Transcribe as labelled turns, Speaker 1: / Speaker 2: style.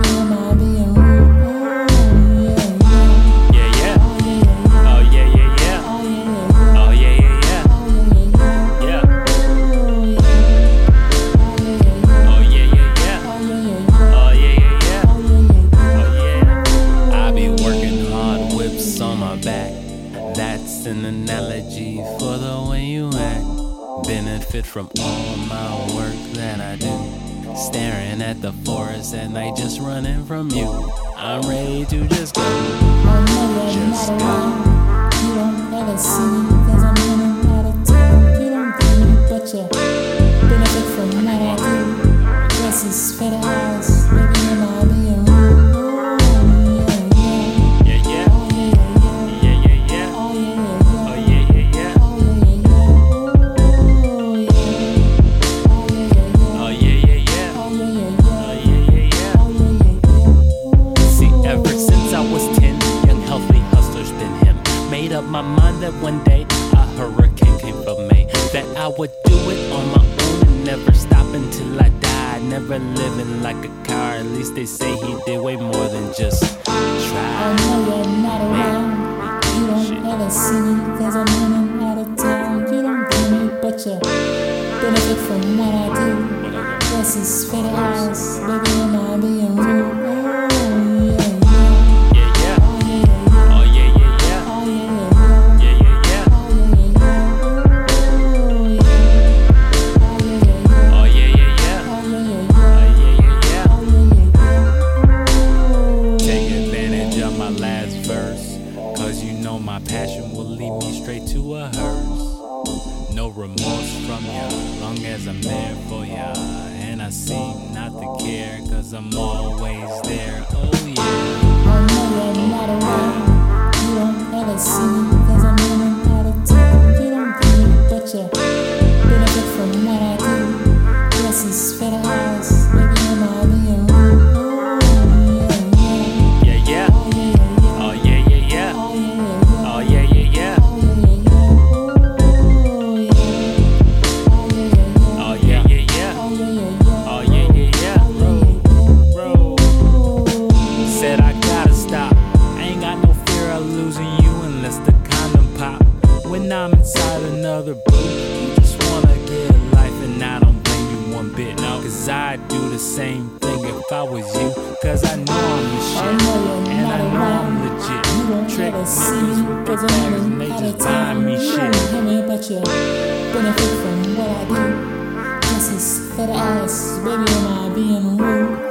Speaker 1: Oh, Oh, Oh, my back. That's an analogy for the way you act. Benefit from all my work that I do. Staring at the forest at night, just running from you. I'm ready to just go.
Speaker 2: I know you're
Speaker 1: Just
Speaker 2: not
Speaker 1: go.
Speaker 2: around. You don't ever see me 'cause I'm in and out of town. You don't pay me, but you benefit from what I do. Dresses for the house, baby, you know I'll be around. Oh, yeah, yeah.
Speaker 1: Yeah, yeah,
Speaker 2: Oh, yeah, yeah, yeah.
Speaker 1: yeah, yeah, yeah.
Speaker 2: Oh, yeah, yeah,
Speaker 1: Oh,
Speaker 2: yeah.
Speaker 1: yeah, yeah, yeah.
Speaker 2: Oh, yeah, yeah, yeah. Oh, yeah. Oh, yeah, yeah, yeah.
Speaker 1: Oh, yeah,
Speaker 2: Oh, yeah,
Speaker 1: yeah, yeah.
Speaker 2: yeah, yeah.
Speaker 1: Oh, yeah, yeah, yeah.
Speaker 2: Oh, yeah, yeah, yeah.
Speaker 1: See, ever since I was 10, young healthy hustler's been him. Made up my mind that one day a hurricane came for me. That I would do it on my own and never stop until I die. Never living like a car, at least they say he did way more than just
Speaker 2: I
Speaker 1: try.
Speaker 2: know you're not around. You don't ever see me 'cause I'm in and out of town. You don't pay me, but you benefit from what I do. Dresses for the house, baby, and I'll be in room. Oh, yeah, yeah.
Speaker 1: Yeah, yeah.
Speaker 2: Oh, yeah, yeah, yeah.
Speaker 1: Oh, yeah, yeah, yeah.
Speaker 2: Oh, yeah, yeah, yeah.
Speaker 1: Yeah, yeah, yeah.
Speaker 2: Oh, yeah, yeah, yeah. Oh, yeah. Oh, yeah, yeah, yeah.
Speaker 1: Oh, yeah,
Speaker 2: Oh, yeah, yeah,
Speaker 1: yeah, yeah.
Speaker 2: yeah.
Speaker 1: Oh, yeah, yeah, yeah.
Speaker 2: Oh, yeah, yeah, yeah.
Speaker 1: Take advantage of my last verse. Cause you know my passion will lead me straight to a hearse. No remorse from ya, long as I'm there for ya. And I seem not to care, cause I'm always there. Oh yeah.
Speaker 2: I know you're not around. You don't ever see me 'cause I'm in and out of town. You don't pay me, but you benefit from what I do. Dresses for the house, baby, and I'll be around. Oh, yeah,
Speaker 1: Yeah, yeah.
Speaker 2: yeah.
Speaker 1: Oh yeah, yeah, yeah.
Speaker 2: Oh, yeah, yeah, yeah.
Speaker 1: Oh yeah, yeah, yeah.
Speaker 2: Oh, yeah, yeah, yeah. Oh, yeah, yeah.
Speaker 1: Oh yeah, yeah, yeah.
Speaker 2: Oh, yeah, yeah, yeah.
Speaker 1: Oh yeah, yeah, yeah. Roll, roll.
Speaker 2: Oh,
Speaker 1: Said I gotta stop. I ain't got no fear of losing you unless the condom pop. When I'm inside another booth, you just wanna get a life, and I don't blame you one bit. No, cause I'd do the same thing if I was you. Cause I know I'm the
Speaker 2: I
Speaker 1: shit.
Speaker 2: know you're
Speaker 1: And
Speaker 2: not
Speaker 1: I know I'm
Speaker 2: around. You
Speaker 1: legit.
Speaker 2: don't
Speaker 1: Trick
Speaker 2: ever see me
Speaker 1: niggas with
Speaker 2: cause
Speaker 1: big
Speaker 2: I'm
Speaker 1: bags
Speaker 2: in
Speaker 1: and they
Speaker 2: and out of
Speaker 1: just buying
Speaker 2: town.
Speaker 1: me
Speaker 2: You
Speaker 1: shit.
Speaker 2: don't hear me, but you benefit from what I do. This is for the ass, baby, am I being rude?